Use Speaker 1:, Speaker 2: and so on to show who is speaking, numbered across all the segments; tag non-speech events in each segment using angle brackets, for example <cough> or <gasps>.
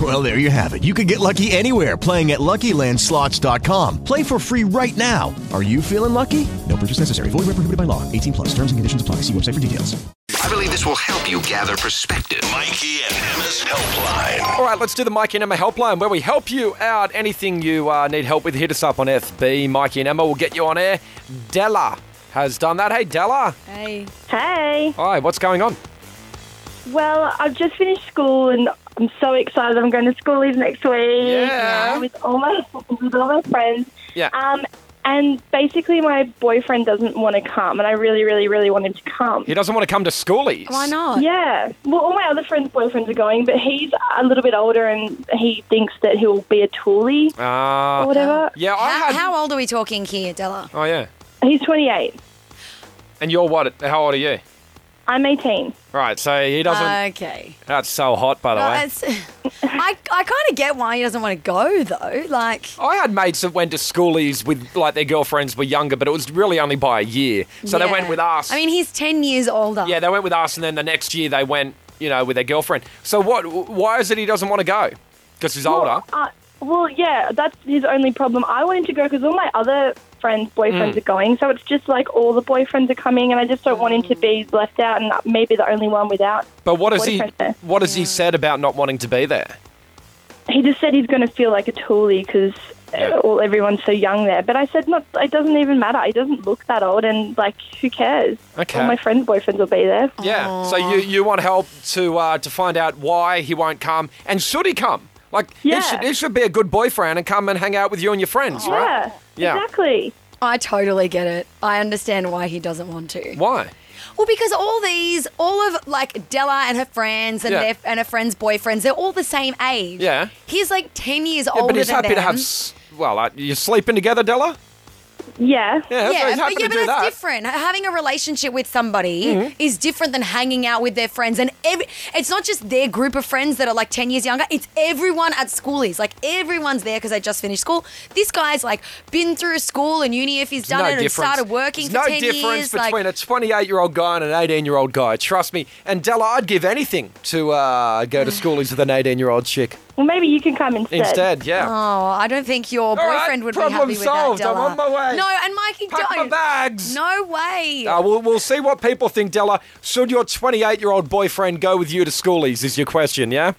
Speaker 1: Well, there you have it. You can get lucky anywhere playing at LuckyLandSlots.com. Play for free right now. Are you feeling lucky? No purchase necessary. Void where prohibited by law. 18 plus. Terms and conditions apply. See website for details.
Speaker 2: I believe this will help you gather perspective. Mikey and Emma's helpline.
Speaker 3: All right, let's do the Mikey and Emma helpline where we help you out. Anything you uh, need help with, hit us up on FB. Mikey and Emma will get you on air. Della has done that. Hey, Della.
Speaker 4: Hey.
Speaker 3: Hi, what's going on?
Speaker 4: Well, I've just finished school and I'm so excited. I'm going to school leave next week
Speaker 3: Yeah.
Speaker 4: uh, with all my with all my friends.
Speaker 3: Yeah.
Speaker 4: Um, and basically, my boyfriend doesn't want to come, and I really, really, really want him to come.
Speaker 3: He doesn't want to come to schoolies.
Speaker 5: Why not?
Speaker 4: Yeah. Well, all my other friends' boyfriends are going, but he's a little bit older, and he thinks that he'll be a toolie
Speaker 3: Ah.
Speaker 4: or whatever.
Speaker 3: yeah, I
Speaker 6: How,
Speaker 3: had.
Speaker 6: how old are we talking here, Della?
Speaker 3: Oh, yeah.
Speaker 4: He's 28.
Speaker 3: And you're what? How old are you?
Speaker 4: I'm 18.
Speaker 3: Right, so he doesn't.
Speaker 6: Uh, Okay.
Speaker 3: that's so hot, by the
Speaker 6: Well,
Speaker 3: way.
Speaker 6: it's- <laughs> I, I kind of get why he doesn't want to go, though. Like,
Speaker 3: I had mates that went to schoolies with, like, their girlfriends were younger, but it was really only by a year. So they
Speaker 6: yeah.
Speaker 3: went with us.
Speaker 6: I mean, he's 10 years older.
Speaker 3: yeah, they went with us, and then the next year they went, you know, with their girlfriend. So what? Why is it he doesn't want to go? Because he's older.
Speaker 4: Well, uh, well, yeah, that's his only problem. I want him to go because all my other friends'
Speaker 3: Mm.
Speaker 4: boyfriends are going, so it's just like all the boyfriends are coming, and I just don't want him to be left out and maybe the only one without.
Speaker 3: But what has he?
Speaker 4: boyfriend there.
Speaker 3: What has he said about not wanting to be there?
Speaker 4: He just said he's going to feel like a toolie because
Speaker 3: Yeah.
Speaker 4: all everyone's so young there. But I said, not. It doesn't even matter. He doesn't look that old, and like, who cares?
Speaker 3: Okay.
Speaker 4: All my friends' boyfriends will be there.
Speaker 3: Yeah. So you you want help to uh, to find out why he won't come, and should he come? Like
Speaker 4: Yeah.
Speaker 3: he should he should be a good boyfriend and come and hang out with you and your friends, right?
Speaker 4: Yeah, exactly.
Speaker 6: I totally get it. I understand why he doesn't want to.
Speaker 3: Why?
Speaker 6: Well, because all these, all of like Della and her friends and
Speaker 3: Yeah.
Speaker 6: their and her friends' boyfriends, they're all the same age.
Speaker 3: Yeah.
Speaker 6: He's like 10 years
Speaker 3: Yeah,
Speaker 6: older
Speaker 3: but he's
Speaker 6: than
Speaker 3: happy to
Speaker 6: them.
Speaker 3: have. s- Well, uh, you're sleeping together, Della.
Speaker 4: Yeah.
Speaker 3: Yeah, so
Speaker 6: yeah,
Speaker 3: he's happy
Speaker 6: but, yeah,
Speaker 3: to
Speaker 6: but
Speaker 3: do
Speaker 6: that's
Speaker 3: that. Mm-hmm.
Speaker 6: different. Having a relationship with somebody is different than hanging out with their friends. And every, it's not just their group of friends that are like 10 years younger, it's everyone at school is. Like, everyone's there because they just finished school. This guy's like been through school and uni if he's
Speaker 3: There's
Speaker 6: done it and started working
Speaker 3: There's
Speaker 6: for
Speaker 3: no
Speaker 6: 10
Speaker 3: difference
Speaker 6: years. like-
Speaker 3: between a 28 year old guy and an 18 year old guy. Trust me. And Della, I'd give anything to uh, go to schoolies with an 18 year old chick
Speaker 4: Well, maybe you can come instead.
Speaker 3: instead. Yeah.
Speaker 6: Oh, I don't think your
Speaker 3: right,
Speaker 6: boyfriend would be
Speaker 3: problem
Speaker 6: happy with
Speaker 3: solved.
Speaker 6: that,
Speaker 3: I'm
Speaker 6: Della.
Speaker 3: on my way.
Speaker 6: No, and Mikey,
Speaker 3: Pack my
Speaker 6: don't.
Speaker 3: bags.
Speaker 6: No way.
Speaker 3: Uh, we'll, we'll see what people think, Della. Should your 28 year old boyfriend go with you to schoolies? Is your question, yeah?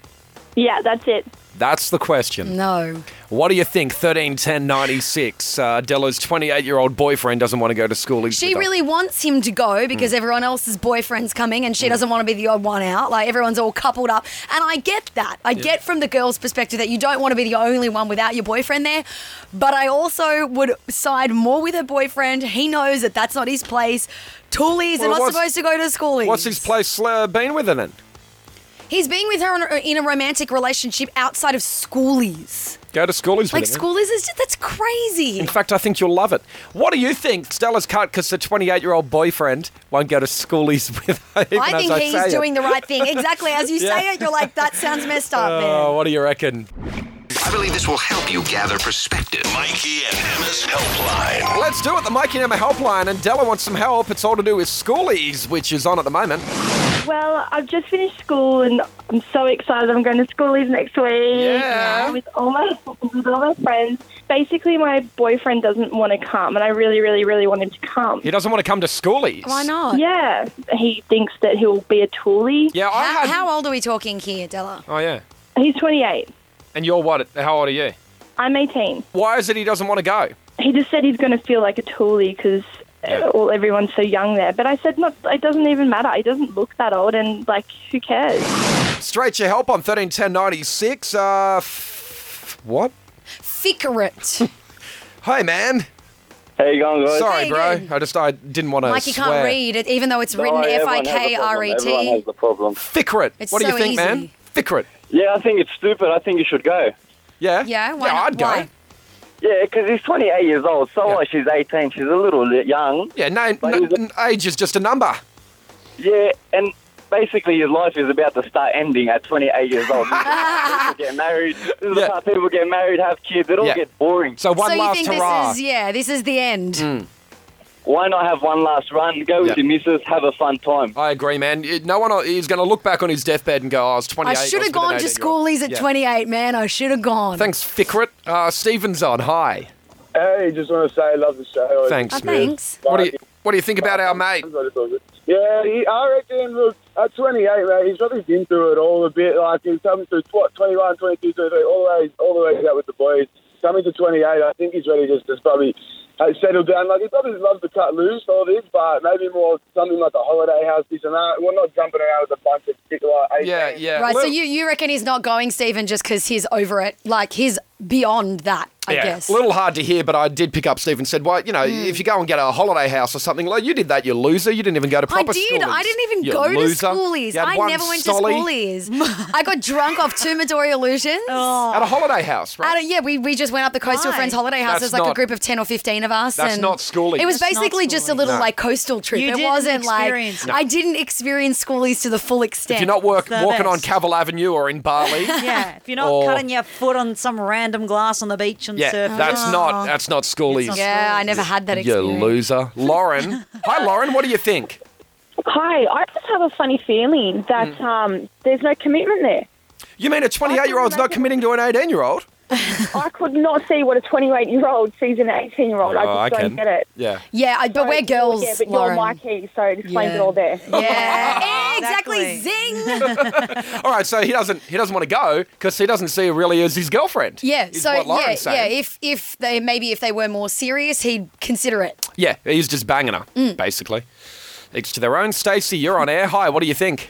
Speaker 4: Yeah, that's it.
Speaker 3: That's the question.
Speaker 6: no.
Speaker 3: What do you think? 13, 10, 96. Uh, Della's 28 year old boyfriend doesn't want to go to schoolies.
Speaker 6: She
Speaker 3: with her.
Speaker 6: really wants him to go because
Speaker 3: Mm.
Speaker 6: everyone else's boyfriend's coming and she doesn't want to be the odd one out. Like everyone's all coupled up. And I get that. I get from the girl's perspective that you don't want to be the only one without your boyfriend there. But I also would side more with her boyfriend. He knows that that's not his place. Toolies
Speaker 3: Well,
Speaker 6: are not
Speaker 3: what's-
Speaker 6: supposed to go to schoolies.
Speaker 3: What's his place uh, been with her then?
Speaker 6: He's being with her on a- in a romantic relationship outside of schoolies.
Speaker 3: Go to schoolies
Speaker 6: Like
Speaker 3: with her.
Speaker 6: schoolies is just, that's crazy.
Speaker 3: In fact, I think you'll love it. What do you think? Stella's cut because the 28 year old boyfriend won't go to schoolies <laughs> with her. <laughs> even
Speaker 6: I
Speaker 3: as
Speaker 6: think he's
Speaker 3: say it.
Speaker 6: doing the right thing. Exactly. As you
Speaker 3: <laughs> Yeah.
Speaker 6: say it, you're like, that sounds messed up, man.
Speaker 3: Oh, what do you reckon?
Speaker 2: I believe this will help you gather perspective. Mikey and Emma's helpline.
Speaker 3: Let's do it. The Mikey and Emma helpline, and Della wants some help. It's all to do with schoolies, which is on at the moment.
Speaker 4: Well, I've just finished school and I'm so excited. I'm going to schoolies next week
Speaker 3: Yeah.
Speaker 4: uh, with all my with all my friends. Basically, my boyfriend doesn't want to come, and I really, really, really want him to come.
Speaker 3: He doesn't want to come to schoolies.
Speaker 5: Why not?
Speaker 4: Yeah, he thinks that he'll be a toolie.
Speaker 3: Yeah, I
Speaker 6: How,
Speaker 3: had.
Speaker 6: how old are we talking here, Della?
Speaker 3: Oh yeah.
Speaker 4: He's 28.
Speaker 3: And you're what? How old are you?
Speaker 4: I'm 18.
Speaker 3: Why is it he doesn't want to go?
Speaker 4: He just said he's going to feel like a toolie because
Speaker 3: Yeah.
Speaker 4: all everyone's so young there. But I said, not. It doesn't even matter. He doesn't look that old, and like, who cares?
Speaker 3: Straight your help on thirteen ten ninety six. Uh, f- what?
Speaker 6: Ficker it.
Speaker 3: Hey man.
Speaker 7: How you going, guys?
Speaker 3: Sorry,
Speaker 6: Hey,
Speaker 3: bro.
Speaker 6: good.
Speaker 3: I just I didn't want to
Speaker 6: <laughs> Like you
Speaker 3: swear.
Speaker 6: can't read it, even though it's
Speaker 7: Sorry,
Speaker 6: written F I
Speaker 7: everyone has a
Speaker 6: K
Speaker 7: problem.
Speaker 6: R E
Speaker 7: Everyone
Speaker 6: T.
Speaker 7: has the problem.
Speaker 3: Ficker it.
Speaker 6: It's
Speaker 3: what do you
Speaker 6: so
Speaker 3: think, man?
Speaker 6: easy.
Speaker 3: Ficker it.
Speaker 7: Yeah, I think it's stupid. I think you should go.
Speaker 3: Yeah.
Speaker 6: Yeah, why
Speaker 3: yeah,
Speaker 6: not?
Speaker 3: I'd go.
Speaker 6: Why?
Speaker 7: Yeah, because he's 28 years old. So
Speaker 3: Yeah.
Speaker 7: what? She's 18. She's a little li- young.
Speaker 3: Yeah, no,
Speaker 7: But
Speaker 3: no-
Speaker 7: he's a-
Speaker 3: n- age is just a number.
Speaker 7: Yeah, and basically his life is about to start ending at 28 years
Speaker 6: <laughs>
Speaker 7: old. people get married. This is
Speaker 3: Yeah.
Speaker 7: the part people get married, have kids. It all
Speaker 3: Yeah.
Speaker 7: gets boring.
Speaker 3: So one
Speaker 6: so you
Speaker 3: last
Speaker 6: think
Speaker 3: hurrah.
Speaker 6: this is yeah, this is the end.
Speaker 7: Why not have one last run? Go with
Speaker 3: Yeah.
Speaker 7: your missus, have a fun time.
Speaker 3: I agree, man. It- No one is going to look back on his deathbed and go, "Oh, "I was 28."
Speaker 6: I should have gone to schoolies at 28, man. I should have gone.
Speaker 3: Thanks, Fickret. Uh, Stephen's on. Hi.
Speaker 7: Hey, just want to say, love the show.
Speaker 3: Thanks,
Speaker 6: Oh,
Speaker 3: man.
Speaker 6: thanks.
Speaker 3: What do you What do you think about our mate?
Speaker 7: Yeah, he, I reckon, look, at 28, mate, he's probably been through it all a bit. Like, he's coming to, what, 21, 22, 23, all the way, all the way out with the boys. Coming to 28, I think he's ready just to probably has settled down. Like, he probably loves to cut loose, all this, but maybe more something like a holiday house, this and that. We're not jumping around with a bunch of kick like eight
Speaker 3: Yeah, yeah.
Speaker 6: Right, so
Speaker 3: Well-
Speaker 6: you, you reckon he's not going, Stephen, just because he's over it? Like he's beyond that, I
Speaker 3: yeah,
Speaker 6: guess. Hmm.
Speaker 3: a little hard to hear, but I did pick up. Stephen said, "Well, you know, if you go and get a holiday house or something like you did that, you loser. You didn't even go to
Speaker 6: I
Speaker 3: proper
Speaker 6: did. I
Speaker 3: schoolies,
Speaker 6: didn't even
Speaker 3: you
Speaker 6: go
Speaker 3: loser.
Speaker 6: to
Speaker 3: You
Speaker 6: schoolies.
Speaker 3: had
Speaker 6: I
Speaker 3: one
Speaker 6: never went
Speaker 3: solly
Speaker 8: <laughs>
Speaker 6: to schoolies. I got drunk off two Midori illusions.
Speaker 8: Oh.
Speaker 3: at a holiday house,
Speaker 6: I
Speaker 3: right?
Speaker 6: don't, yeah, we, we just went up the coast to a
Speaker 5: Why?
Speaker 6: friend's holiday
Speaker 3: That's
Speaker 6: house. There's like
Speaker 3: not-
Speaker 6: a group of 10 or 15 of us.
Speaker 3: That's
Speaker 6: and
Speaker 3: not schooling.
Speaker 6: It was
Speaker 5: That's not
Speaker 6: basically just a
Speaker 5: schooling.
Speaker 6: little
Speaker 3: No.
Speaker 6: like coastal trip.
Speaker 8: You
Speaker 6: it
Speaker 8: didn't
Speaker 6: wasn't
Speaker 8: experience
Speaker 6: like.
Speaker 8: it.
Speaker 6: I didn't experience schoolies to the full extent.
Speaker 3: If you're not work,
Speaker 8: It's the
Speaker 3: walking on
Speaker 8: best.
Speaker 3: Cavill Avenue or in
Speaker 6: <laughs>
Speaker 3: Bali,
Speaker 8: Yeah, if you're not
Speaker 3: <laughs> Or-
Speaker 8: cutting your foot on some random glass on the beach and
Speaker 3: yeah,
Speaker 8: surfing.
Speaker 3: that's not that's not schoolies.
Speaker 8: not
Speaker 6: yeah, I never had that
Speaker 3: you
Speaker 6: experience.
Speaker 3: loser, Lauren. Hi, Lauren. What do you think?
Speaker 4: Hi, I just have a funny feeling that
Speaker 6: Mm.
Speaker 4: um, there's no commitment there.
Speaker 3: You mean a 28 year old's not committing to an 18 year old?
Speaker 4: I could not see what a 28 year old sees in an 18 year old. Oh, I just don't get it.
Speaker 3: Oh, Yeah.
Speaker 6: Yeah, I, Oh, but
Speaker 4: So,
Speaker 6: we're girls.
Speaker 4: Yeah, but
Speaker 6: Lauren.
Speaker 4: you're my key, so it explains
Speaker 8: Yeah.
Speaker 4: it all there. <laughs>
Speaker 6: Yeah, exactly.
Speaker 8: Exactly.
Speaker 6: Zing.
Speaker 3: All right. So he doesn't he doesn't want to go because he doesn't see her really as his girlfriend.
Speaker 6: Yeah.
Speaker 3: is
Speaker 6: so
Speaker 3: what
Speaker 6: yeah,
Speaker 3: Lauren's
Speaker 6: yeah.
Speaker 3: saying.
Speaker 6: If if they maybe if they were more serious, he'd consider it.
Speaker 3: Yeah, he's just banging her,
Speaker 8: Mm.
Speaker 3: basically. It's to their own. Stacey, you're on air. Hi, what do you think?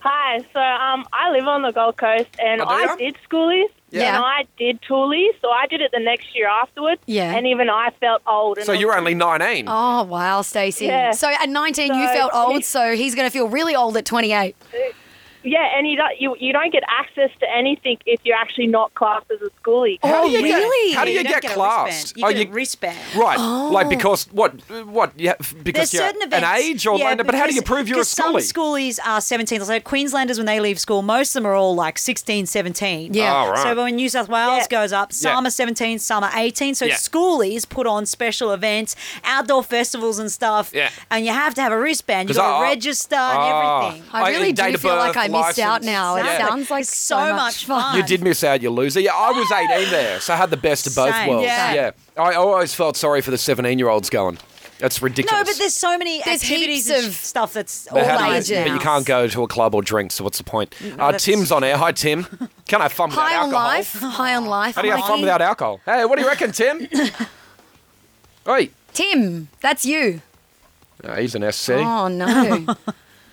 Speaker 4: Hi, so um, I live on the Gold Coast, and
Speaker 3: Oh, do ya?
Speaker 4: I did schoolies,
Speaker 6: Yeah.
Speaker 4: and I did toolies, so I did it the next year afterwards.
Speaker 6: Yeah.
Speaker 4: and even I felt old. And
Speaker 3: So
Speaker 4: I-
Speaker 3: you're only 19.
Speaker 6: Oh wow, Stacey.
Speaker 4: Yeah.
Speaker 6: So at 19, you
Speaker 4: So
Speaker 6: felt old.
Speaker 4: he-
Speaker 6: So he's going to feel really old at 28.
Speaker 4: yeah, and you don't you, you don't get access to anything if you're actually not classed as a schoolie.
Speaker 3: How do
Speaker 6: Oh,
Speaker 3: you get-
Speaker 6: really?
Speaker 3: how do you,
Speaker 8: don't
Speaker 3: get,
Speaker 8: get a
Speaker 3: classed?
Speaker 8: wristband. You
Speaker 3: Oh,
Speaker 8: get a wristband.
Speaker 3: Right, like because what? What? Yeah, f- because
Speaker 8: There's
Speaker 3: you're
Speaker 8: certain
Speaker 3: an
Speaker 8: events.
Speaker 3: age or
Speaker 8: yeah,
Speaker 3: later. But how do you
Speaker 8: because-
Speaker 3: prove you're a
Speaker 8: because
Speaker 3: schoolie?
Speaker 8: Some schoolies are 17. So Queenslanders, when they leave school, most of them are all like 16, 17.
Speaker 6: Yeah.
Speaker 3: All Oh, right.
Speaker 8: So when New South Wales goes up, some
Speaker 3: Yeah.
Speaker 8: are 17, some are 18. So
Speaker 3: Yeah.
Speaker 8: schoolies put on special events, outdoor festivals and stuff.
Speaker 3: Yeah.
Speaker 8: And you have to have a wristband. You've
Speaker 3: 'Cause
Speaker 8: got to
Speaker 3: I-
Speaker 8: register
Speaker 3: Ah.
Speaker 8: and everything.
Speaker 6: I
Speaker 3: I-
Speaker 6: really
Speaker 3: date
Speaker 6: do
Speaker 3: of
Speaker 6: feel
Speaker 3: birth,
Speaker 6: like I missed out
Speaker 3: license.
Speaker 6: now. It
Speaker 8: Exactly.
Speaker 6: sounds like
Speaker 8: It's
Speaker 6: so,
Speaker 8: so
Speaker 6: much
Speaker 8: much
Speaker 6: fun.
Speaker 8: fun.
Speaker 3: You did miss out, you loser. Yeah, I was
Speaker 8: <gasps>
Speaker 3: 18 there, so I had the best of both
Speaker 8: Same.
Speaker 3: worlds.
Speaker 8: Yeah.
Speaker 3: Yeah, I always felt sorry for the 17 year olds going. That's ridiculous.
Speaker 8: No, but there's so many
Speaker 6: There's
Speaker 8: activities
Speaker 6: heaps
Speaker 8: and
Speaker 6: of-
Speaker 8: stuff that's
Speaker 3: But how
Speaker 8: all
Speaker 3: do you-
Speaker 8: ages.
Speaker 3: But you
Speaker 6: now.
Speaker 3: can't go to a club or drink, so what's the point? uh,
Speaker 8: Mm, that's-
Speaker 3: Tim's on air.
Speaker 8: <laughs>
Speaker 3: Hi, Tim. Can I have fun without
Speaker 6: High on
Speaker 3: alcohol?
Speaker 6: life. High on life.
Speaker 3: How do you have fun
Speaker 6: Mikey.
Speaker 3: without alcohol? Hey, what do you reckon, Tim?
Speaker 8: <laughs>
Speaker 3: Oi.
Speaker 6: Tim,
Speaker 8: <laughs>
Speaker 6: that's you.
Speaker 3: No, he's an SC.
Speaker 6: Oh no.
Speaker 3: <laughs>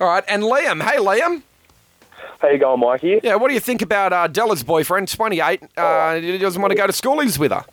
Speaker 3: All right, and Liam. Hey, Liam.
Speaker 7: How you going, Mikey? Oh.
Speaker 3: Yeah, what do you think about uh, Della's boyfriend, 28? Uh, he doesn't want to go to schoolies with her.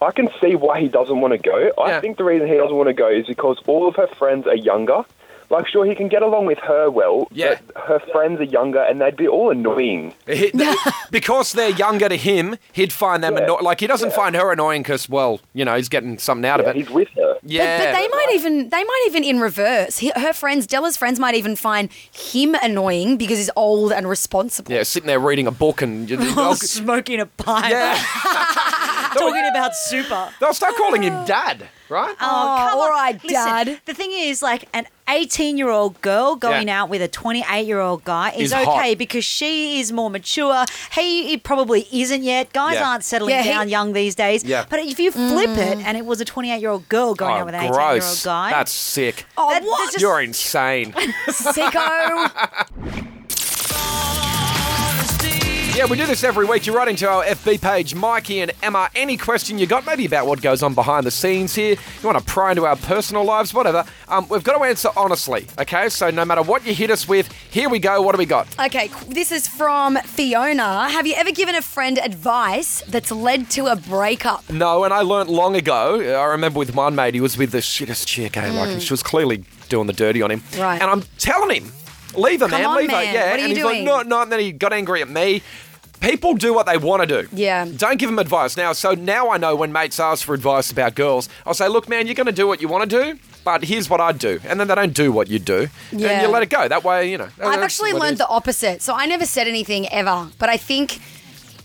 Speaker 7: I can see why he doesn't want to go. I
Speaker 3: Yeah.
Speaker 7: think the reason he doesn't want to go is because all of her friends are younger. Like, sure, he can get along with her well,
Speaker 3: Yeah.
Speaker 7: but her friends are younger and they'd be all annoying.
Speaker 3: He- <laughs> because they're younger to him, he'd find them
Speaker 7: Yeah.
Speaker 3: annoying. Like, he doesn't find her annoying because, well, you know, he's getting something out
Speaker 7: Yeah,
Speaker 3: of it.
Speaker 7: he's with her.
Speaker 3: Yeah.
Speaker 6: But, but they might even they might even in reverse. He, her friends, Della's friends, might even find him annoying because he's old and responsible.
Speaker 3: Yeah, sitting there reading a book and.
Speaker 8: <laughs>
Speaker 3: "Oh,
Speaker 8: Or smoking a pipe.
Speaker 3: yeah.
Speaker 8: <laughs>
Speaker 3: <laughs>
Speaker 8: Talking about super. Ah.
Speaker 3: They'll start calling him dad, right?
Speaker 8: Oh, come
Speaker 6: all
Speaker 8: on.
Speaker 6: right,
Speaker 8: Listen,
Speaker 6: Dad.
Speaker 8: The thing is, like, an 18 year old girl going
Speaker 3: Yeah.
Speaker 8: out with a 28 year old guy is
Speaker 3: Is
Speaker 8: okay
Speaker 3: hot.
Speaker 8: because she is more mature. He, he probably isn't yet. Guys
Speaker 3: Yeah.
Speaker 8: aren't settling
Speaker 6: Yeah, he- Mm.
Speaker 8: down young these days.
Speaker 3: Yeah.
Speaker 8: But if you flip it and it was a 28 year old girl going out with an 18 year old
Speaker 3: Oh, gross.
Speaker 8: guy,
Speaker 3: That's sick.
Speaker 6: Oh,
Speaker 8: That-
Speaker 6: what?
Speaker 8: that's just- <laughs>
Speaker 3: You're insane. <laughs>
Speaker 6: Sicko. <laughs>
Speaker 3: yeah, we do this every week. You write into our FB page, Mikey and Emma. Any question you got, maybe about what goes on behind the scenes here. You want to pry into our personal lives, whatever. Um, we've got to answer honestly, okay? So no matter what you hit us with, here we go. What do we got?
Speaker 6: Okay, qu- this is from Fiona. Have you ever given a friend advice that's led to a breakup?
Speaker 3: No, and I learnt long ago. I remember with one mate, he was with the shittest chick, eh? Like, and she was clearly doing the dirty on him.
Speaker 6: Mm. Right.
Speaker 3: And I'm telling him, leave her,
Speaker 6: Come
Speaker 3: man,
Speaker 6: on,
Speaker 3: leave
Speaker 6: man.
Speaker 3: her. Yeah.
Speaker 6: What are
Speaker 3: and
Speaker 6: you
Speaker 3: he's
Speaker 6: doing?
Speaker 3: like, no, no. And then he got angry at me. People do what they want to do.
Speaker 6: Yeah.
Speaker 3: Um, Don't give them advice. Now, so now I know when mates ask for advice about girls, I'll say, look, man, you're going to do what you want to do. but here's what I'd do. And then they don't do what you do. And
Speaker 6: Yeah.
Speaker 3: you let it go. That way, you know.
Speaker 6: I've actually learned the opposite. So I never said anything ever, but I think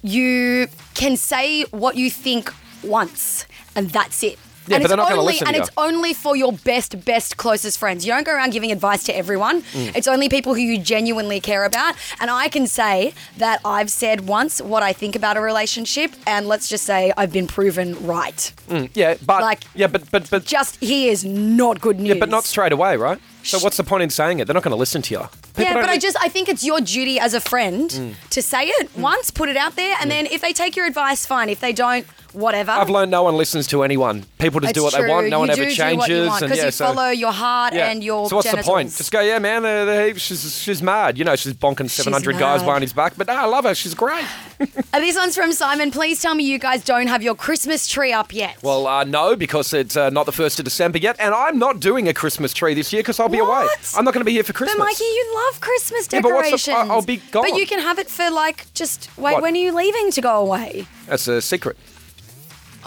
Speaker 6: you can say what you think once, and that's it.
Speaker 3: Yeah,
Speaker 6: and
Speaker 3: but they're not gonna
Speaker 6: only
Speaker 3: listen
Speaker 6: and
Speaker 3: to
Speaker 6: it's
Speaker 3: you.
Speaker 6: only for your best, best, closest friends. You don't go around giving advice to everyone.
Speaker 9: Mm.
Speaker 6: It's only people who you genuinely care about. And I can say that I've said once what I think about a relationship, and let's just say I've been proven right.
Speaker 3: Mm, <laughs> yeah, but
Speaker 6: Like-
Speaker 3: yeah, but but but
Speaker 6: just he is not good news.
Speaker 3: yeah, but not straight away, right? So what's the point in saying it? They're not going to listen to you. People
Speaker 6: yeah,
Speaker 3: don't
Speaker 6: but I
Speaker 3: li-
Speaker 6: just I think it's your duty as a friend
Speaker 3: Mm.
Speaker 6: to say it once, put it out there, and then if they take your advice, fine. If they don't, whatever.
Speaker 3: I've learned no one listens to anyone. People just do what
Speaker 6: It's
Speaker 3: they want.
Speaker 6: true.
Speaker 3: No one
Speaker 6: You
Speaker 3: ever
Speaker 6: do do
Speaker 3: changes.
Speaker 6: what you want,
Speaker 3: and
Speaker 6: 'cause
Speaker 3: yeah,
Speaker 6: you
Speaker 3: so-
Speaker 6: follow your heart
Speaker 3: Yeah.
Speaker 6: and your.
Speaker 3: So what's the point?
Speaker 6: genitals.
Speaker 3: Just go, yeah, man. Uh, they- she's she's mad. You know, she's bonking seven hundred guys
Speaker 6: mad.
Speaker 3: behind his back. But no, I love her. She's great.
Speaker 6: Uh, this one's from Simon. Please tell me you guys don't have your Christmas tree up yet.
Speaker 3: Well, uh, no, because it's uh, not the first of December yet, and I'm not doing a Christmas tree this year because I'll be away. I'm not going to be here for Christmas.
Speaker 6: But Mikey, you love Christmas
Speaker 3: Yeah, but what's the-
Speaker 6: decorations.
Speaker 3: I- I'll be gone.
Speaker 6: But you can have it for like just wait.
Speaker 3: What?
Speaker 6: When are you leaving to go away?
Speaker 3: That's a secret.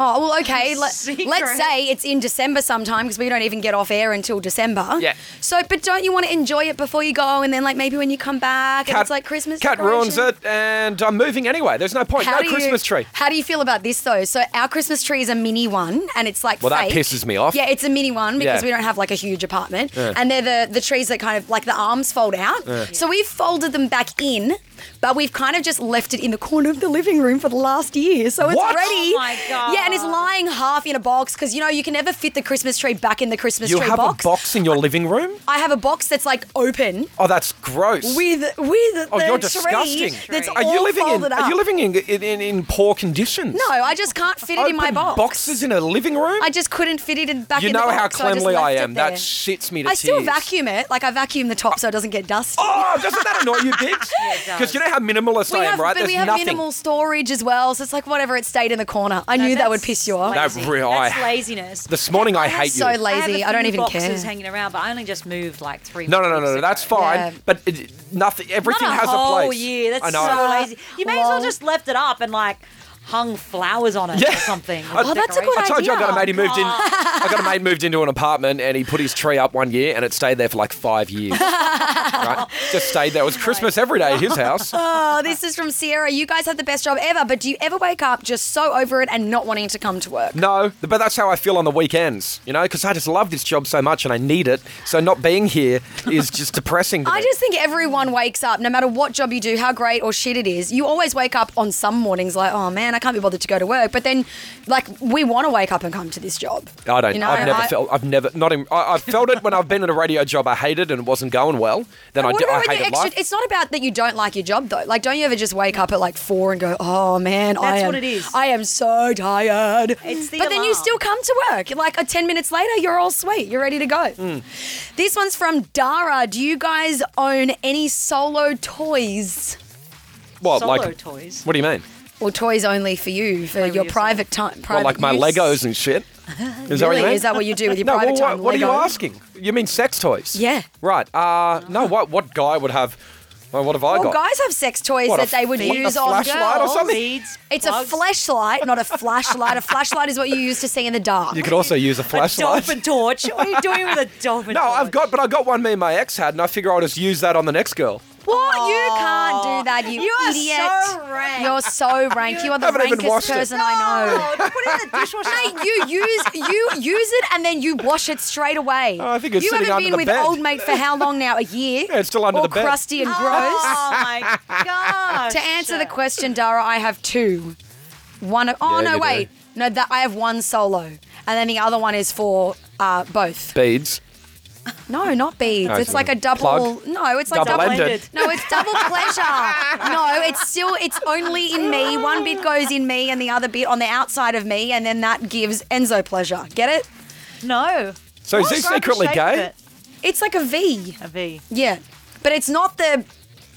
Speaker 6: Oh well, okay. Let, us say it's in December sometime because we don't even get off air until December.
Speaker 3: Yeah.
Speaker 6: So, but don't you want to enjoy it before you go, and then like maybe when you come back, and
Speaker 3: Cat-
Speaker 6: it's like Christmas.
Speaker 3: Cat ruins
Speaker 6: decorations?
Speaker 3: it, and I'm moving anyway. There's no point. no
Speaker 6: do
Speaker 3: Christmas
Speaker 6: you,
Speaker 3: tree.
Speaker 6: How do you feel about this though? So our Christmas tree is a mini one, and it's like
Speaker 3: Well, that
Speaker 6: fake.
Speaker 3: pisses me off.
Speaker 6: Yeah, it's a mini one because
Speaker 3: Yeah.
Speaker 6: we don't have like a huge apartment,
Speaker 3: Yeah.
Speaker 6: and they're the the trees that kind of like the arms fold out.
Speaker 3: Yeah.
Speaker 6: So we've folded them back in, but we've kind of just left it in the corner of the living room for the last year, so it's
Speaker 9: What?
Speaker 6: ready.
Speaker 9: Oh my God.
Speaker 6: Yeah, and it's lying half in a box because you know you can never fit the Christmas tree back in the Christmas
Speaker 3: You
Speaker 6: tree
Speaker 3: have
Speaker 6: box.
Speaker 3: a box in your living room?
Speaker 6: I have a box that's like open
Speaker 3: Oh, that's gross.
Speaker 6: with with
Speaker 3: oh,
Speaker 6: the
Speaker 3: you're
Speaker 6: tree
Speaker 3: disgusting.
Speaker 6: that's
Speaker 3: are you
Speaker 6: all
Speaker 3: living
Speaker 6: folded
Speaker 3: in?
Speaker 6: up.
Speaker 3: Are you living in in, in, in poor conditions?
Speaker 6: No, I just can't fit it in my
Speaker 3: Open
Speaker 6: box.
Speaker 3: Boxes in a living room.
Speaker 6: I just couldn't fit it in back
Speaker 3: you
Speaker 6: in the
Speaker 3: know
Speaker 6: box.
Speaker 3: how
Speaker 6: so I just
Speaker 3: cleanly I
Speaker 6: left it
Speaker 3: am. That
Speaker 6: there.
Speaker 3: shits me to
Speaker 6: I
Speaker 3: tears.
Speaker 6: still vacuum it. Like I vacuum the top so it doesn't get dusty.
Speaker 3: Oh, doesn't that annoy
Speaker 6: <laughs>
Speaker 3: you, bitch? Because you know how minimalist
Speaker 6: we
Speaker 3: I am,
Speaker 6: have,
Speaker 3: right?
Speaker 6: But
Speaker 3: There's
Speaker 6: we have
Speaker 3: nothing.
Speaker 6: minimal storage as well, so it's like whatever. It stayed in the corner. I knew that would piss you off.
Speaker 3: That re- I-
Speaker 8: laziness.
Speaker 3: This morning I, hate
Speaker 6: so
Speaker 3: you.
Speaker 6: lazy.
Speaker 8: have a
Speaker 6: I don't
Speaker 8: few
Speaker 6: even
Speaker 8: boxes
Speaker 6: care.
Speaker 8: hanging around, but I only just moved like three.
Speaker 3: No, no, no, no, no. That's fine.
Speaker 8: Yeah.
Speaker 3: But it, nothing. Everything
Speaker 8: Not a
Speaker 3: has
Speaker 8: whole
Speaker 3: a place.
Speaker 8: year. That's
Speaker 3: I know.
Speaker 8: so lazy. You may as well just left it up and like hung flowers on
Speaker 3: <laughs>
Speaker 8: it or something.
Speaker 6: Oh,
Speaker 8: as
Speaker 3: I told you I got
Speaker 8: decoration.
Speaker 3: a mate who moved in. I got a mate moved into an apartment and he put his tree up one year and it stayed there for like five
Speaker 8: <laughs>
Speaker 3: years. right? Just stayed there. It was Christmas every day at
Speaker 8: <laughs>
Speaker 3: his house.
Speaker 6: Oh, this is from Sierra. You guys have the best job ever, but do you ever wake up just so over it and not wanting to come to work?
Speaker 3: No, but that's how I feel on the weekends, you know, because I just love this job so much and I need it. So not being here is just depressing. To
Speaker 6: I
Speaker 3: me.
Speaker 6: just think everyone wakes up, no matter what job you do, how great or shit it is, you always wake up on some mornings like, oh man, I can't be bothered to go to work. But then, like, we want to wake up and come to this job.
Speaker 3: I don't.
Speaker 6: You know,
Speaker 3: I've never
Speaker 6: I-
Speaker 3: felt. I've never not. In, I, I've felt it when I've been in a radio job. I hated and it wasn't going well. Then I,
Speaker 6: What
Speaker 3: d- I
Speaker 6: about when
Speaker 3: hated
Speaker 6: you
Speaker 3: life.
Speaker 6: It's not about that you don't like your job though. Like, don't you ever just wake up at like four and go, "Oh man, I
Speaker 8: That's
Speaker 6: am,
Speaker 8: what it is.
Speaker 6: I am so tired."
Speaker 8: It's the
Speaker 6: but then you
Speaker 8: alarm.
Speaker 6: still come to work. Like, uh, ten minutes later, you're all sweet. You're ready to go.
Speaker 3: Mm.
Speaker 6: This one's from Dara. Do you guys own any solo toys?
Speaker 3: What
Speaker 6: Solo
Speaker 3: like
Speaker 6: toys.
Speaker 3: What do you mean?
Speaker 6: Or toys only for you, for your private time.
Speaker 3: Well,
Speaker 6: Private
Speaker 3: like my
Speaker 6: use?
Speaker 3: Legos and
Speaker 6: <laughs>
Speaker 3: shit. Is that what
Speaker 6: Really?
Speaker 3: you mean?
Speaker 6: Is that what you do with your
Speaker 3: <laughs> no,
Speaker 6: private
Speaker 3: well,
Speaker 6: time?
Speaker 3: What, what are you
Speaker 6: Lego?
Speaker 3: asking? You mean sex toys?
Speaker 6: Yeah.
Speaker 3: Right. Uh, no. What? What guy would have? Well, what have I
Speaker 6: Well,
Speaker 3: got?
Speaker 6: guys have sex toys
Speaker 3: What, a
Speaker 6: that they would
Speaker 3: f-
Speaker 6: use
Speaker 3: a
Speaker 6: on
Speaker 3: flashlight or
Speaker 6: girls.
Speaker 3: something?
Speaker 6: it's a
Speaker 8: <laughs>
Speaker 6: flashlight, not a flashlight. a flashlight is what you use to see in the dark.
Speaker 3: You could also
Speaker 6: <laughs>
Speaker 3: use a flashlight.
Speaker 8: dolphin torch. What are you doing with a dolphin
Speaker 3: no,
Speaker 8: torch?
Speaker 3: I've got, but I got one me and my ex had, and I figure I'll just use that on the next girl.
Speaker 6: What? You can't do that, you,
Speaker 8: You are
Speaker 6: idiot.
Speaker 8: so rank.
Speaker 6: You're so rank. You are the
Speaker 3: Haven't even
Speaker 6: rankest
Speaker 3: washed it.
Speaker 6: person I know.
Speaker 8: Put it in the dishwasher.
Speaker 6: Mate, you use you use it and then you wash it straight away.
Speaker 3: Oh, I think it's
Speaker 6: you
Speaker 3: sitting
Speaker 6: haven't
Speaker 3: under
Speaker 6: been
Speaker 3: the
Speaker 6: with
Speaker 3: bed.
Speaker 6: old mate for how long now? A year.
Speaker 3: Yeah, it's still under
Speaker 6: All
Speaker 3: the bed.
Speaker 6: crusty and gross.
Speaker 8: Oh my gosh.
Speaker 6: to answer the question, Dara, I have two. One. Of, oh
Speaker 3: Yeah,
Speaker 6: no,
Speaker 3: you
Speaker 6: wait. No, that I have one solo, and then the other one is for uh, both.
Speaker 3: Beads.
Speaker 6: No, not beads.
Speaker 3: No,
Speaker 6: it's
Speaker 3: it's
Speaker 6: like a
Speaker 3: not.
Speaker 6: double.
Speaker 3: Plug.
Speaker 6: No, it's like
Speaker 3: Double ended.
Speaker 6: <laughs> No, it's double
Speaker 8: <laughs>
Speaker 6: pleasure. No, it's still. It's only in me. One bit goes in me, and the other bit on the outside of me, and then that gives Enzo pleasure. Get it?
Speaker 8: No.
Speaker 3: So is he secretly gay?
Speaker 6: It's like a V.
Speaker 8: A V.
Speaker 6: Yeah, but it's not the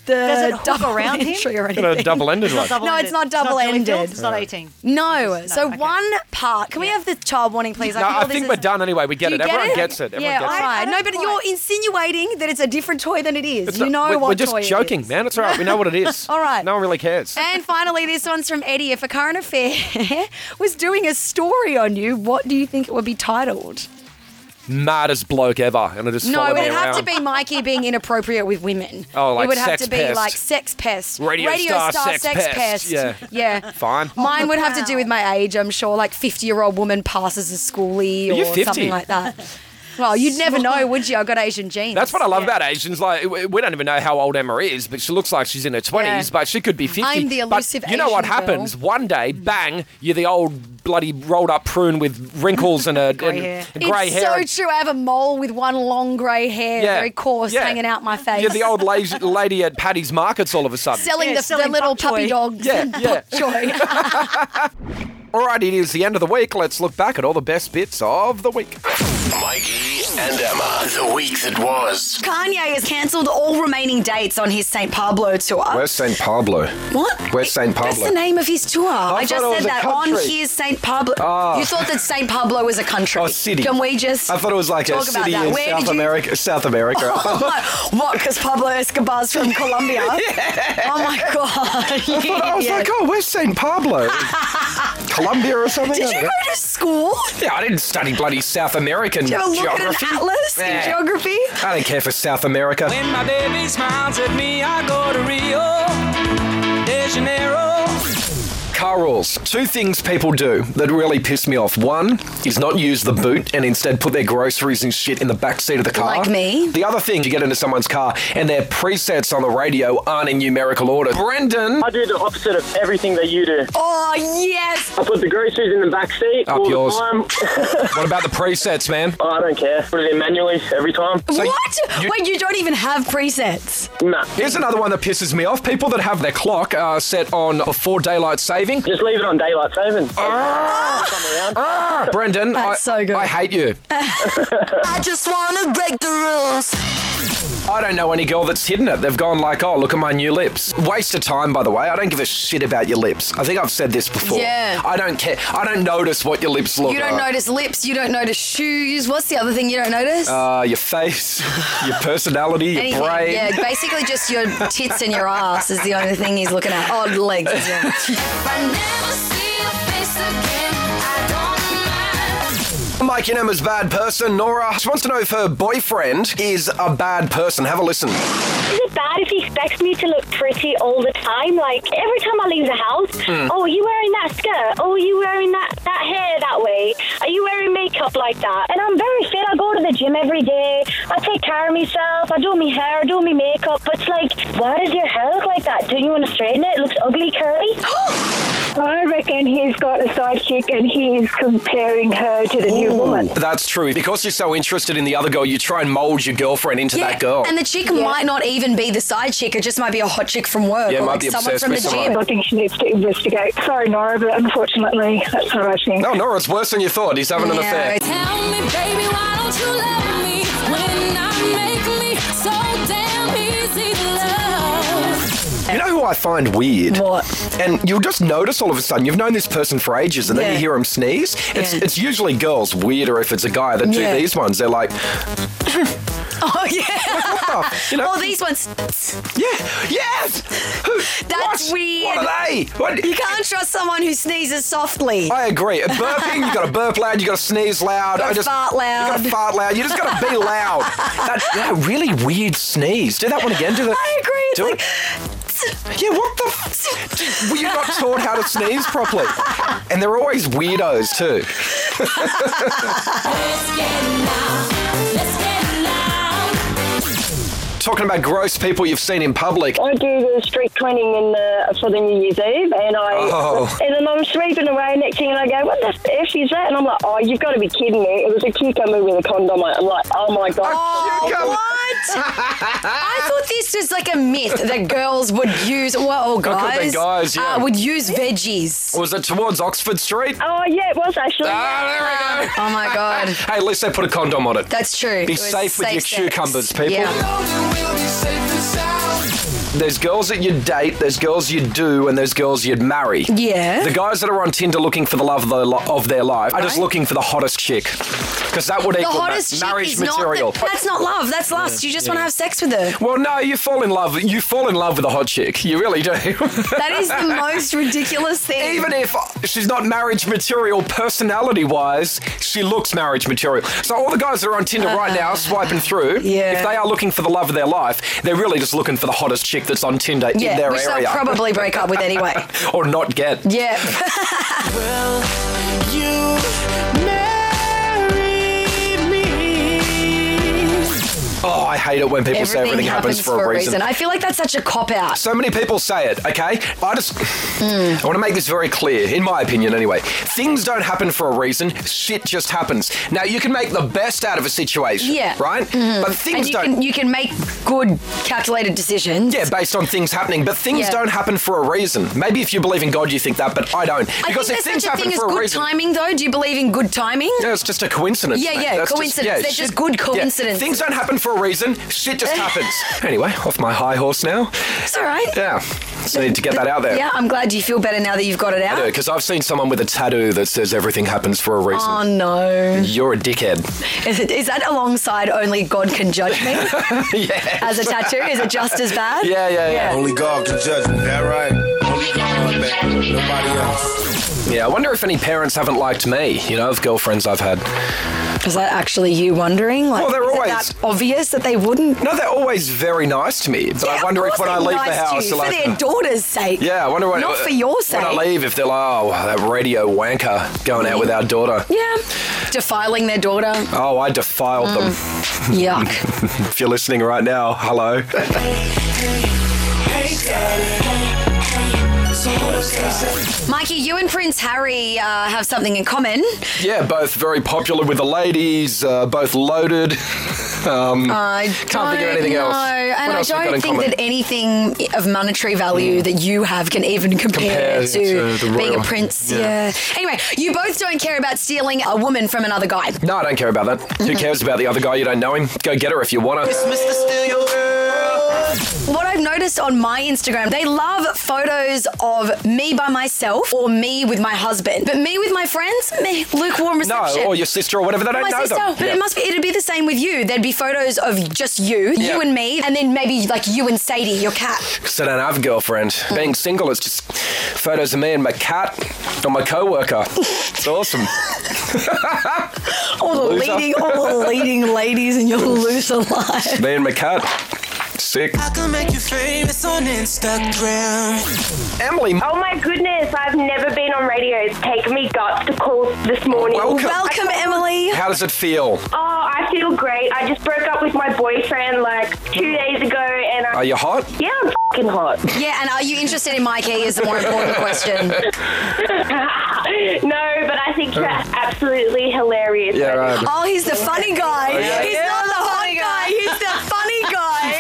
Speaker 6: the
Speaker 8: Does it hook
Speaker 6: double
Speaker 8: around him?
Speaker 6: <laughs> entry or
Speaker 3: Got a
Speaker 6: anything. <laughs>
Speaker 3: double-ended one.
Speaker 6: No, it's not
Speaker 8: It's not
Speaker 6: double
Speaker 8: Jelly-filled?
Speaker 6: ended.
Speaker 8: It's not 18.
Speaker 6: No. So one part. Can we have the child warning, please?
Speaker 3: no, I
Speaker 6: "Oh, this
Speaker 3: think
Speaker 6: is-
Speaker 3: we're done anyway. We get
Speaker 6: Do
Speaker 3: it.
Speaker 6: you
Speaker 3: Everyone
Speaker 6: get it?
Speaker 3: gets it. Everyone
Speaker 6: yeah,
Speaker 3: gets
Speaker 6: all
Speaker 3: it.
Speaker 6: right. No, but you're insinuating that it's a different toy than it is.
Speaker 3: It's
Speaker 6: you
Speaker 3: not-
Speaker 6: know
Speaker 3: we're,
Speaker 6: what
Speaker 3: We're just
Speaker 6: toy it
Speaker 3: joking,
Speaker 6: is.
Speaker 3: man. That's all right. We know
Speaker 6: <laughs>
Speaker 3: what it is.
Speaker 6: All right. Eh.
Speaker 3: No one really cares.
Speaker 6: And finally, this one's from Eddie. If a current <laughs> affair was doing a story on you, what do you think it would be titled?
Speaker 10: smartest bloke ever, and I just
Speaker 6: No,
Speaker 10: follow
Speaker 6: it would
Speaker 10: me
Speaker 6: have to
Speaker 10: around.
Speaker 6: be Mikey being inappropriate with women.
Speaker 10: Oh, like
Speaker 6: it would
Speaker 10: sex
Speaker 6: have to be
Speaker 10: pest.
Speaker 6: like sex pest,
Speaker 10: Radio star sex pest, yeah.
Speaker 6: yeah.
Speaker 10: Fine.
Speaker 6: Mine would have to do with my age, I'm sure. Like 50 year old woman passes as schoolie
Speaker 10: Are you
Speaker 6: or
Speaker 10: 50?
Speaker 6: something like that. Well, you'd never know, would you? I got Asian genes.
Speaker 10: That's what I love about Asians. Like we we don't even know how old Emma is, but she looks like she's in her twenties,
Speaker 6: Yeah.
Speaker 10: but she could be fifty.
Speaker 6: I'm the
Speaker 10: But
Speaker 6: elusive
Speaker 10: you know what
Speaker 6: Asian girl.
Speaker 10: happens? One day, bang! You're the old bloody rolled up prune with wrinkles and a and- and grey
Speaker 11: hair.
Speaker 10: hair.
Speaker 6: it's so true. I have a mole with one long grey hair,
Speaker 10: Yeah.
Speaker 6: very coarse,
Speaker 10: Yeah.
Speaker 6: hanging out my face.
Speaker 10: You're the old lazy, lady at Paddy's Markets all of a sudden.
Speaker 6: selling,
Speaker 11: Yeah,
Speaker 6: the,
Speaker 11: selling
Speaker 6: the little
Speaker 11: bok choy.
Speaker 6: puppy dogs.
Speaker 10: Yeah,
Speaker 6: and
Speaker 10: yeah.
Speaker 6: bok choy.
Speaker 10: <laughs> all right, it is the end of the week. Let's look back at all the best bits of the week.
Speaker 12: Mikey and Emma, the week that was.
Speaker 13: Kanye has cancelled all remaining dates on his St. Pablo tour.
Speaker 3: Where's St. Pablo?
Speaker 13: What?
Speaker 3: Where's St. Pablo?
Speaker 13: That's the name of his tour. I,
Speaker 3: thought
Speaker 13: just
Speaker 3: it was
Speaker 13: said
Speaker 3: a
Speaker 13: that on
Speaker 3: country. Ah.
Speaker 13: his St. Pablo. You thought that St. Pablo was a country.
Speaker 3: Oh, city.
Speaker 13: Can we just?
Speaker 3: I thought it was like a
Speaker 13: talk about
Speaker 3: city
Speaker 13: that.
Speaker 3: in
Speaker 13: Where
Speaker 3: South
Speaker 13: did you-
Speaker 3: America. South
Speaker 6: <laughs>
Speaker 3: America.
Speaker 13: <laughs> what? Because Pablo Escobar's from
Speaker 3: <laughs>
Speaker 13: Colombia. Oh my god!
Speaker 3: I thought I
Speaker 13: <laughs>
Speaker 3: was
Speaker 13: Yeah.
Speaker 3: like, oh, where's
Speaker 13: <laughs>
Speaker 3: St. Pablo? Colombia or something?
Speaker 13: Did you go to school?
Speaker 10: Yeah, I didn't study bloody South American
Speaker 13: Did you ever look
Speaker 10: geography.
Speaker 13: at an atlas
Speaker 10: Nah.
Speaker 13: in geography?
Speaker 3: I don't care for South America.
Speaker 14: My baby smiles at me, I go to Rio de Janeiro.
Speaker 3: Car rules. Two things people do that really piss me off. One is not use the boot and instead put their groceries and shit in the back seat of the car.
Speaker 13: Like me.
Speaker 3: The other thing, you get into someone's car and their presets on the radio aren't in numerical order. Brendan,
Speaker 15: I do the opposite of everything that you do.
Speaker 13: Oh yes.
Speaker 15: I put the groceries in the back seat
Speaker 3: Up
Speaker 15: all
Speaker 3: yours.
Speaker 15: the time. Oh,
Speaker 3: what about the presets, man?
Speaker 15: I don't care. Put it in manually every time.
Speaker 13: what? Wait, you don't even have presets.
Speaker 15: Nah.
Speaker 3: Here's another one that pisses me off. People that have their clock uh, set on before daylight saving.
Speaker 15: Just leave it on daylight saving.
Speaker 3: Ah, Brendan,
Speaker 13: That's
Speaker 3: I,
Speaker 13: so good.
Speaker 3: I hate you.
Speaker 13: <laughs> I just wanna break the rules.
Speaker 3: I don't know any girl that's hidden it. They've gone like, oh, look at my new lips. Waste of time, by the way. I don't give a shit about your lips. I think I've said this before.
Speaker 6: Yeah.
Speaker 3: I don't care. I don't notice what your lips look
Speaker 6: You don't
Speaker 3: like.
Speaker 6: notice lips. You don't notice shoes. What's the other thing you don't notice?
Speaker 3: Uh, your face, <laughs> your personality, your
Speaker 6: Anything.
Speaker 3: brain.
Speaker 6: Yeah, basically just your tits and your ass is the only thing he's looking at. Odd legs. as well.
Speaker 3: Mike and Emma's bad person. Nora she wants to know if her boyfriend is a bad person. Have a listen.
Speaker 4: Is it bad if he expects me to look pretty all the time? Like every time I leave the house, oh, are you wearing that skirt? Oh, are you wearing that, that hair that way? Are you wearing makeup like that? And I'm very fit. I go to the gym every day. I take care of myself. I do my hair, I do my makeup. But it's like, why does your hair look like that? Don't you want to straighten it? It looks ugly, curly. <gasps> I reckon he's got a sidekick and he's comparing her to the new woman.
Speaker 3: That's true. Because you're so interested in the other girl, you try and mold your girlfriend into that girl.
Speaker 6: And the chick might not even be the side chick. It just might be a hot chick from work
Speaker 3: Yeah,
Speaker 6: or
Speaker 3: might
Speaker 6: like
Speaker 3: be
Speaker 6: someone
Speaker 3: obsessed
Speaker 6: from the
Speaker 3: with someone.
Speaker 6: gym.
Speaker 4: I think she needs to investigate. Sorry, Nora, but unfortunately, that's what I think.
Speaker 3: no, Nora, it's worse than you thought. He's having an
Speaker 6: Yeah,
Speaker 3: affair.
Speaker 6: it's-
Speaker 3: You know who I find weird? What? And you'll just notice all of a sudden you've known this person for ages, and then
Speaker 13: Yeah.
Speaker 3: you hear him sneeze. It's
Speaker 13: Yeah.
Speaker 3: it's usually girls. Weirder if it's a guy that do
Speaker 13: Yeah.
Speaker 3: these ones. They're
Speaker 6: <laughs>
Speaker 3: like, oh,
Speaker 6: Oh
Speaker 3: <laughs>
Speaker 6: yeah.
Speaker 3: you know,
Speaker 6: Well, these ones.
Speaker 3: yeah, yes. Who,
Speaker 6: <laughs> That's
Speaker 3: what?
Speaker 6: weird.
Speaker 3: What are they? What?
Speaker 6: You can't trust someone who sneezes softly.
Speaker 3: I agree. Burping, you got
Speaker 6: <laughs>
Speaker 3: to burp loud, you got to sneeze loud.
Speaker 6: Gotta
Speaker 3: I just,
Speaker 6: fart loud.
Speaker 3: You got to fart loud. You just got to be loud. That, that really weird sneeze. Do that one again. Do that.
Speaker 6: <laughs> I agree. It's
Speaker 3: Do
Speaker 6: like-
Speaker 3: it. Yeah, what the? F- Were you not taught how to sneeze properly? And they're always weirdos
Speaker 6: <laughs>
Speaker 3: too. Talking about gross people you've seen in public.
Speaker 4: I do the street cleaning in the, for the New Year's Eve, and I
Speaker 3: Oh.
Speaker 4: and then I'm sweeping away. Next thing, and I go, "What the f is that?" And I'm like, "Oh, you've got to be kidding me! It was a cucumber with a condom." on it." I'm like, "Oh my god!"
Speaker 3: Cucumber.
Speaker 6: I thought this was like a myth that girls would
Speaker 3: <laughs>
Speaker 6: use, well, or
Speaker 3: could be
Speaker 6: guys,
Speaker 3: guys, yeah.
Speaker 6: uh, would use veggies.
Speaker 3: Was it towards Oxford Street?
Speaker 4: Oh yeah, it was actually.
Speaker 3: Ah, there we go.
Speaker 6: Oh
Speaker 3: <laughs>
Speaker 6: my god,
Speaker 3: Hey, at least they put a condom on it.
Speaker 6: that's true.
Speaker 3: Be
Speaker 6: It was
Speaker 3: safe with your
Speaker 6: sex.
Speaker 3: cucumbers, people.
Speaker 6: Yeah.
Speaker 3: There's girls that you date, there's girls you do, and there's girls you'd marry.
Speaker 6: Yeah.
Speaker 3: The guys that are on Tinder looking for the love of their, li- of their life are just looking for the hottest chick. because that would
Speaker 6: the
Speaker 3: equal ma-
Speaker 6: hottest chick
Speaker 3: marriage
Speaker 6: is
Speaker 3: material.
Speaker 6: not. That, that's not love. That's lust.
Speaker 3: Yeah,
Speaker 6: You just
Speaker 3: yeah.
Speaker 6: want to have sex with her.
Speaker 3: well, no, you fall in love. You fall in love with a hot chick. You really do. <laughs>
Speaker 6: That is the most ridiculous thing.
Speaker 3: Even if she's not marriage material personality wise, she looks marriage material. So all the guys that are on Tinder right now swiping through,
Speaker 6: Uh-huh. Yeah.
Speaker 3: if they are looking for the love of their life, they're really just looking for the hottest chick that's on Tinder in
Speaker 6: yeah,
Speaker 3: their
Speaker 6: which
Speaker 3: area.
Speaker 6: they'll probably break up
Speaker 3: <laughs>
Speaker 6: with anyway.
Speaker 3: or not get.
Speaker 6: Yeah.
Speaker 3: Oh, I hate it when people say everything happens, for, a reason.
Speaker 6: I feel like that's such a cop out.
Speaker 3: so many people say it, okay? I just
Speaker 6: Hmm.
Speaker 3: I want to make this very clear, in my opinion anyway. Things don't happen for a reason, shit just happens. Now you can make the best out of a situation.
Speaker 6: Yeah.
Speaker 3: Right?
Speaker 6: Mhm.
Speaker 3: But things
Speaker 6: and you
Speaker 3: don't
Speaker 6: Can, you can make good, calculated decisions.
Speaker 3: Yeah, based on things happening, but things
Speaker 6: Yeah.
Speaker 3: don't happen for a reason. Maybe if you believe in God, you think that, but I don't.
Speaker 6: I think
Speaker 3: Because
Speaker 6: there's
Speaker 3: if things
Speaker 6: such a
Speaker 3: happen
Speaker 6: thing as
Speaker 3: for a
Speaker 6: good
Speaker 3: reason,
Speaker 6: timing, though. Do you believe in good timing?
Speaker 3: yeah, it's just a coincidence.
Speaker 6: Yeah,
Speaker 3: mate.
Speaker 6: yeah,
Speaker 3: That's
Speaker 6: coincidence. They're
Speaker 3: shit.
Speaker 6: just good
Speaker 3: Yeah,
Speaker 6: coincidences.
Speaker 3: Things don't happen for a reason. Shit
Speaker 6: <laughs>
Speaker 3: just happens. anyway, off my high horse now.
Speaker 6: It's all right.
Speaker 3: Yeah, just need to get that out there.
Speaker 6: Yeah, I'm glad you feel better now that you've got it out.
Speaker 3: Because I've seen someone with a tattoo that says everything happens for a reason.
Speaker 6: Oh no!
Speaker 3: You're a dickhead. <laughs>
Speaker 6: Is, it, is that alongside only God can judge me?
Speaker 3: yeah.
Speaker 6: As a tattoo, is it just as bad?
Speaker 3: Yeah, yeah, yeah.
Speaker 16: Only God can judge me. That right? Only God can judge me. Nobody else.
Speaker 3: Yeah, I wonder if any parents haven't liked me, you know, of girlfriends I've had.
Speaker 6: Is that actually you wondering? Like,
Speaker 3: Well, they're
Speaker 6: is it
Speaker 3: always-
Speaker 6: that obvious that they wouldn't.
Speaker 3: No, they're always very nice to me, but I wonder if when I leave the house,
Speaker 6: you,
Speaker 3: they're
Speaker 6: for
Speaker 3: like,
Speaker 6: their daughter's sake.
Speaker 3: Yeah, I wonder what.
Speaker 6: Not for your sake.
Speaker 3: When I leave, if they're like, oh, that radio wanker going out with our daughter.
Speaker 6: Yeah, defiling their daughter.
Speaker 3: <laughs> Oh, I defiled them.
Speaker 6: Yuck.
Speaker 3: <laughs> if you're listening right now, hello.
Speaker 6: Mikey, you and Prince Harry uh, have something in common.
Speaker 3: yeah, both very popular with the ladies, uh, both loaded. <laughs> Um,
Speaker 6: I
Speaker 3: can't think of
Speaker 6: don't
Speaker 3: anything else.
Speaker 6: know,
Speaker 3: What
Speaker 6: and
Speaker 3: else have we got
Speaker 6: I don't
Speaker 3: in
Speaker 6: think
Speaker 3: common? Hmm.
Speaker 6: that anything of monetary value that you have can even compare,
Speaker 3: Compare to
Speaker 6: to,
Speaker 3: the
Speaker 6: being
Speaker 3: royal.
Speaker 6: a prince.
Speaker 3: Yeah.
Speaker 6: Yeah. Anyway, you both don't care about stealing a woman from another guy.
Speaker 3: No, I don't care about that.
Speaker 6: Mm-hmm.
Speaker 3: Who cares about the other guy? You don't know him. Go get her if you want her.
Speaker 6: What I've noticed on my Instagram, they love photos of me by myself or me with my husband, but me with my friends, meh, lukewarm
Speaker 3: No,
Speaker 6: reception.
Speaker 3: or your sister or whatever. They don't
Speaker 6: my
Speaker 3: know
Speaker 6: sister,
Speaker 3: them.
Speaker 6: but
Speaker 3: Yeah.
Speaker 6: it must be. It'd be the same with you. There'd be photos of just you,
Speaker 3: Yeah.
Speaker 6: you and me, and then maybe like you and Sadie, your cat.
Speaker 3: Because I don't have a girlfriend. <laughs> Being single, it's just photos of me and my cat and my coworker. It's <laughs> awesome.
Speaker 6: All the
Speaker 3: Loser.
Speaker 6: leading, all the leading ladies in your loser life.
Speaker 3: me and my cat. Sick.
Speaker 17: I can make you famous on Instagram.
Speaker 3: Emily.
Speaker 18: Oh my goodness, I've never been on radio. It's taken me guts to call this morning.
Speaker 3: Welcome.
Speaker 6: Welcome, Emily.
Speaker 3: How does it feel?
Speaker 18: Oh, I feel great. I just broke up with my boyfriend like two days ago and I.
Speaker 3: Are you hot?
Speaker 18: Yeah, I'm fucking hot.
Speaker 6: Yeah, and are you interested in Mikey? Is the more important question.
Speaker 18: no, but I think you're absolutely hilarious.
Speaker 3: Mm. Yeah, right.
Speaker 6: Oh, he's the funny guy.
Speaker 18: Yeah.
Speaker 6: He's not the hot guy. He's the funny <laughs> guy.